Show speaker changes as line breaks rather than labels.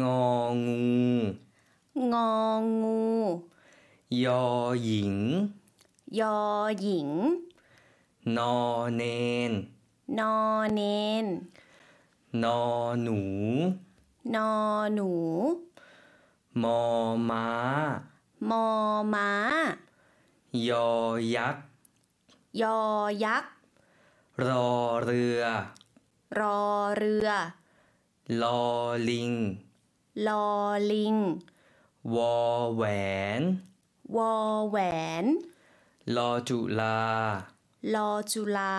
งองู
งองู
ยอหญิง
ยอหญิง
นอเนน
นอเนน
นอหนู
นอหนู
มอม้า
มอม้า
ยอยักษ์
ยอยักษ์
รอเรือ
รอเรือ
ลอลิง
ลอลิง
วอแหวน
วอแหวน
ลอจุลา
ลอจุลา